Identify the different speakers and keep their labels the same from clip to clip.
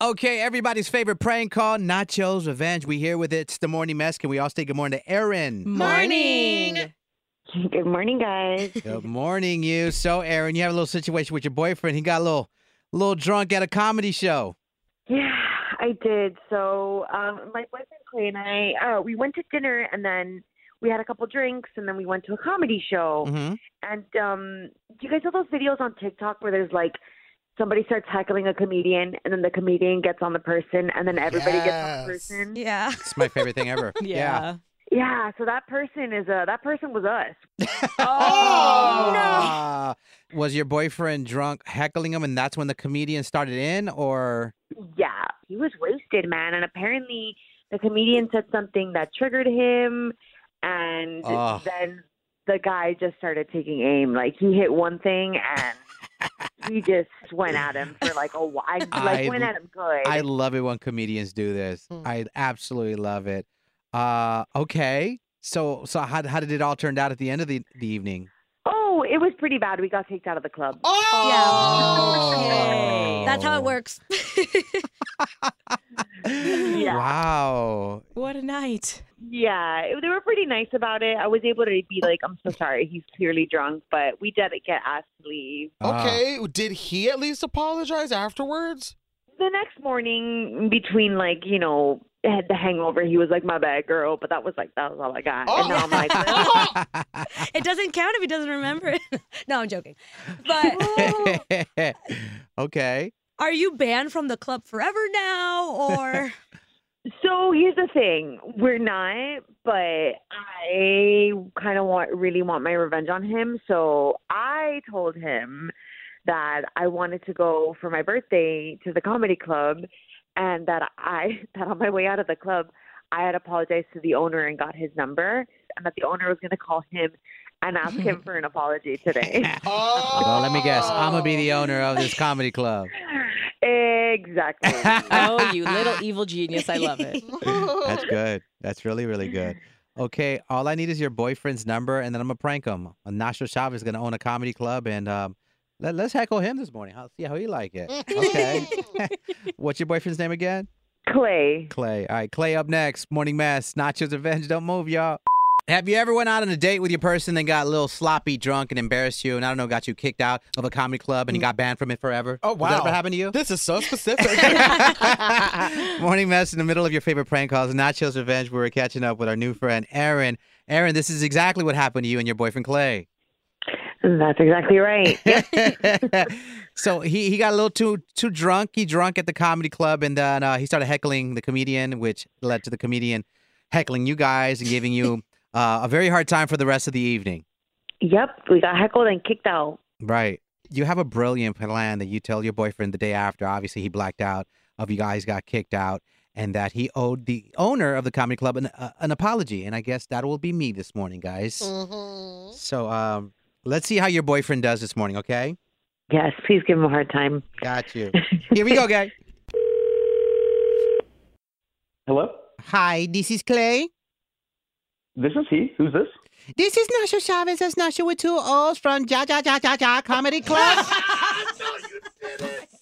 Speaker 1: Okay, everybody's favorite prank call, Nacho's Revenge. We here with it. It's the morning mess. Can we all say good morning to Aaron?
Speaker 2: Morning.
Speaker 3: Good morning, guys.
Speaker 1: good morning, you. So, Aaron, you have a little situation with your boyfriend. He got a little, little drunk at a comedy show.
Speaker 3: yeah, I did. So um, my boyfriend Clay and I, uh, we went to dinner, and then we had a couple drinks, and then we went to a comedy show.
Speaker 1: Mm-hmm.
Speaker 3: And um, do you guys know those videos on TikTok where there's like somebody starts heckling a comedian, and then the comedian gets on the person, and then everybody gets on
Speaker 1: Yes.
Speaker 3: the person?
Speaker 2: Yeah.
Speaker 1: It's my favorite thing ever.
Speaker 2: Yeah.
Speaker 3: Yeah. So that person is uh, that person was us.
Speaker 1: Oh, no. Was your boyfriend drunk heckling him, and that's when the comedian started in, or
Speaker 3: Yeah, he was wasted, man. And apparently, the comedian said something that triggered him, and
Speaker 1: Ugh.
Speaker 3: then the guy just started taking aim. Like he hit one thing, and he just went at him for like a while. Like
Speaker 1: I-
Speaker 3: went at him good.
Speaker 1: I love it when comedians do this.
Speaker 4: Mm.
Speaker 1: I absolutely love it. Uh, okay. So, so how, how did it all turn out at the end of the, the evening?
Speaker 3: oh, it was pretty bad. We got kicked out of the club.
Speaker 1: Oh.
Speaker 4: That's how it works.
Speaker 3: Yeah.
Speaker 1: Wow.
Speaker 2: What a night.
Speaker 3: Yeah, it- they were pretty nice about it. I was able to be like, "I'm so sorry, he's clearly drunk," but we did get asked to leave.
Speaker 1: Ah.
Speaker 5: Okay, did he at least apologize afterwards?
Speaker 3: the next morning between like you know had the hangover he was like my bad girl but that was like that was all i got and now i'm like
Speaker 4: it doesn't count if he doesn't remember it. no, I'm joking. But
Speaker 1: okay.
Speaker 4: are you banned from the club forever now, or
Speaker 3: so here's the thing we're not but i kind of want really want my revenge on him so i told him that i wanted to go for my birthday to the comedy club and that i that on my way out of the club i had apologized to the owner and got his number and that the owner was going to call him and ask him for an apology today
Speaker 5: Oh,
Speaker 1: Well, let me guess. I'm gonna be the owner of this comedy club.
Speaker 3: Exactly.
Speaker 2: Oh, you little evil genius. I love it.
Speaker 1: That's good. That's really, really good. Okay, all I need is your boyfriend's number, and then I'm gonna prank him. Nacho Chavez is gonna own a comedy club, and um, let, us heckle him this morning. I'll see how he like
Speaker 5: Oh,
Speaker 1: it. Okay. What's your boyfriend's name again?
Speaker 3: Clay.
Speaker 1: Clay. All right, Clay up next. Morning mess. Nacho's revenge. Don't move, y'all. Have you ever went out on a date with your person, then got a little sloppy, drunk, and embarrassed you, and I don't know, got you kicked out of a comedy club, and you got banned from it forever?
Speaker 5: Mm. Oh,
Speaker 1: Has that
Speaker 5: wow.
Speaker 1: ever happened to you?
Speaker 5: This is so specific.
Speaker 1: Morning mess in the middle of your favorite prank calls, Nacho's Revenge. We were catching up with our new friend, Aaron. Aaron, this is exactly what happened to you and your boyfriend, Clay.
Speaker 3: That's exactly right.
Speaker 1: so he, he got a little too too drunk. He drunk at the comedy club, and then uh, he started heckling the comedian, which led to the comedian heckling you guys and giving you uh, a very hard time for the rest of the evening.
Speaker 3: yep. We got heckled and kicked out.
Speaker 1: Right. You have a brilliant plan that you tell your boyfriend the day after. Obviously, he blacked out. Of you guys got kicked out, and that he owed the owner of the comedy club an, uh, an apology. And I guess that will be me this morning, guys. So, um, let's see how your boyfriend does this morning. Okay.
Speaker 3: Yes. Please give him a hard time.
Speaker 1: Got you. Here we go, guys.
Speaker 6: Hello?
Speaker 1: Hi, this is Clay.
Speaker 6: This is he. Who's this?
Speaker 1: This is Nasha Chavez. That's Nasha with two O's from Ja Ja Ja Ja Ja Comedy Club.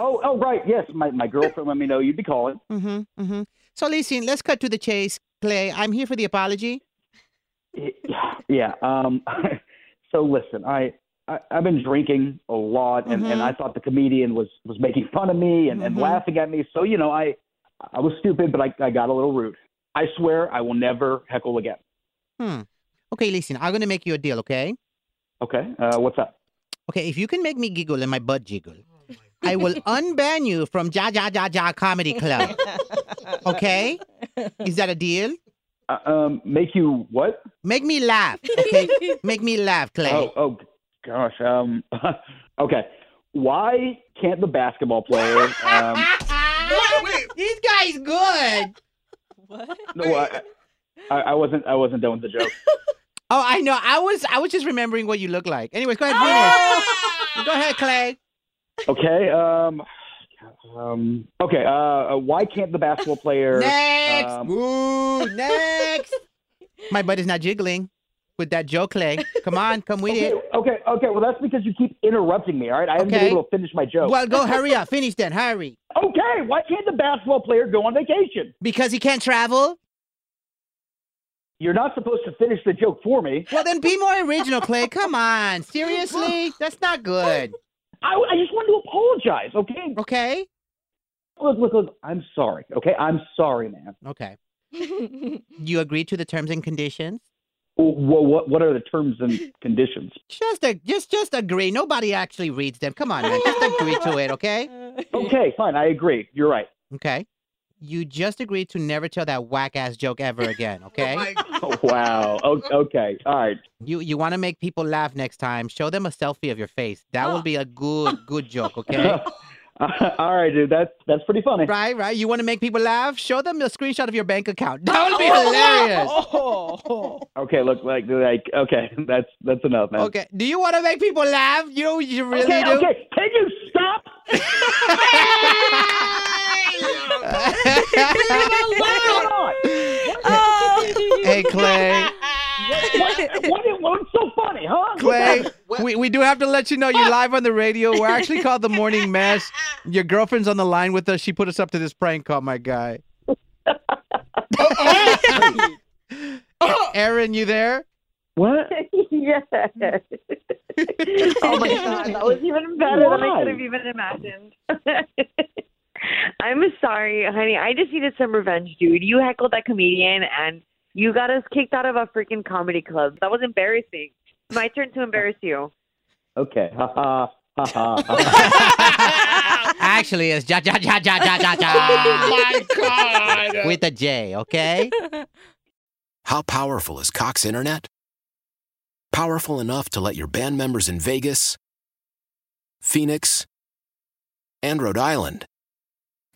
Speaker 6: Oh, oh, right. Yes, my, my girlfriend let me know you'd be calling.
Speaker 1: mm-hmm, mm-hmm. So listen, let's cut to the chase, Clay. I'm here for the apology.
Speaker 6: Yeah. Um. so listen, I, I I've been drinking a lot, and, and I thought the comedian was was making fun of me and, and laughing at me. So you know, I I was stupid, but I I got a little rude. I swear I will never heckle again.
Speaker 1: Hmm. Okay, listen, I'm gonna make you a deal, okay?
Speaker 6: Okay. Uh, what's up?
Speaker 1: Okay, if you can make me giggle and my butt jiggle,
Speaker 6: Oh,
Speaker 1: I will unban you from Ja Ja Ja Ja Comedy Club. Okay? Is that a deal?
Speaker 6: Uh, um, make you what?
Speaker 1: Make me laugh, okay? Make me laugh, Clay.
Speaker 6: Oh, oh, gosh. Um. okay. Why can't the basketball player? Um,
Speaker 7: he's good.
Speaker 2: What?
Speaker 6: No, I, I, I wasn't. I wasn't done with the joke.
Speaker 1: Oh, I know. I was I was just remembering what you look like. Anyways, go ahead, finish. Go ahead, Clay.
Speaker 6: Okay. Um. Um. Okay. Uh. Why can't the basketball player?
Speaker 1: Next.
Speaker 6: um,
Speaker 1: Woo, next. My butt is not jiggling with that joke, Clay. Come on, come with
Speaker 6: Okay,
Speaker 1: it.
Speaker 6: okay, okay. Well, that's because you keep interrupting me. All right, I haven't
Speaker 1: Okay.
Speaker 6: been able to finish my joke.
Speaker 1: Well, go hurry up. Finish then. Hurry.
Speaker 6: Okay, why can't the basketball player go on vacation?
Speaker 1: Because he can't travel.
Speaker 6: You're not supposed to finish the joke for me.
Speaker 1: Well, then be more original, Clay. Come on. Seriously? That's not good.
Speaker 6: I, I just wanted to apologize. Okay,
Speaker 1: Okay?
Speaker 6: look, look, look. I'm sorry. Okay, I'm sorry, man.
Speaker 1: Okay. You agree to the terms and conditions?
Speaker 6: Well, what what are the terms and conditions?
Speaker 1: Just a, just just agree. Nobody actually reads them. Come on, man. Just agree to it, okay?
Speaker 6: Okay, fine. I agree. You're right.
Speaker 1: Okay. You just agreed to never tell that whack ass joke ever again, okay?
Speaker 6: Oh, wow. O- Okay. All right.
Speaker 1: You you want to make people laugh next time? Show them a selfie of your face. That
Speaker 6: Oh.
Speaker 1: will be a good good joke, okay?
Speaker 6: All right, dude. That's that's pretty funny.
Speaker 1: right, right. You want to make people laugh? Show them a screenshot of your bank account. That will be hilarious.
Speaker 2: Oh.
Speaker 6: Okay, look, like, like, okay, that's that's enough, man.
Speaker 1: Okay. Do you want to make people laugh? You know, you really
Speaker 6: Okay,
Speaker 1: do.
Speaker 6: okay. Can you stop? What's going on?
Speaker 4: Oh.
Speaker 1: hey Clay,
Speaker 6: What, what, what's so funny, huh?
Speaker 1: Clay, we, we do have to let you know you're live on the radio. We're actually called the Morning Mess. Your girlfriend's on the line with us. She put us up to this prank call, my guy. Aaron, E-, you there?
Speaker 6: What?
Speaker 3: yes. oh my god, that was even better than I
Speaker 6: Why?
Speaker 3: could have even imagined. I'm sorry, honey. I just needed some revenge, dude. You heckled that comedian and you got us kicked out of a freaking comedy club. That was embarrassing. My turn to embarrass you.
Speaker 6: Okay. Ha ha. Ha ha. ha.
Speaker 1: Actually, it's ja ja ja ja ja ja ja
Speaker 5: My God.
Speaker 1: with a J, okay?
Speaker 8: How powerful is Cox Internet? Powerful enough to let your band members in Vegas, Phoenix, and Rhode Island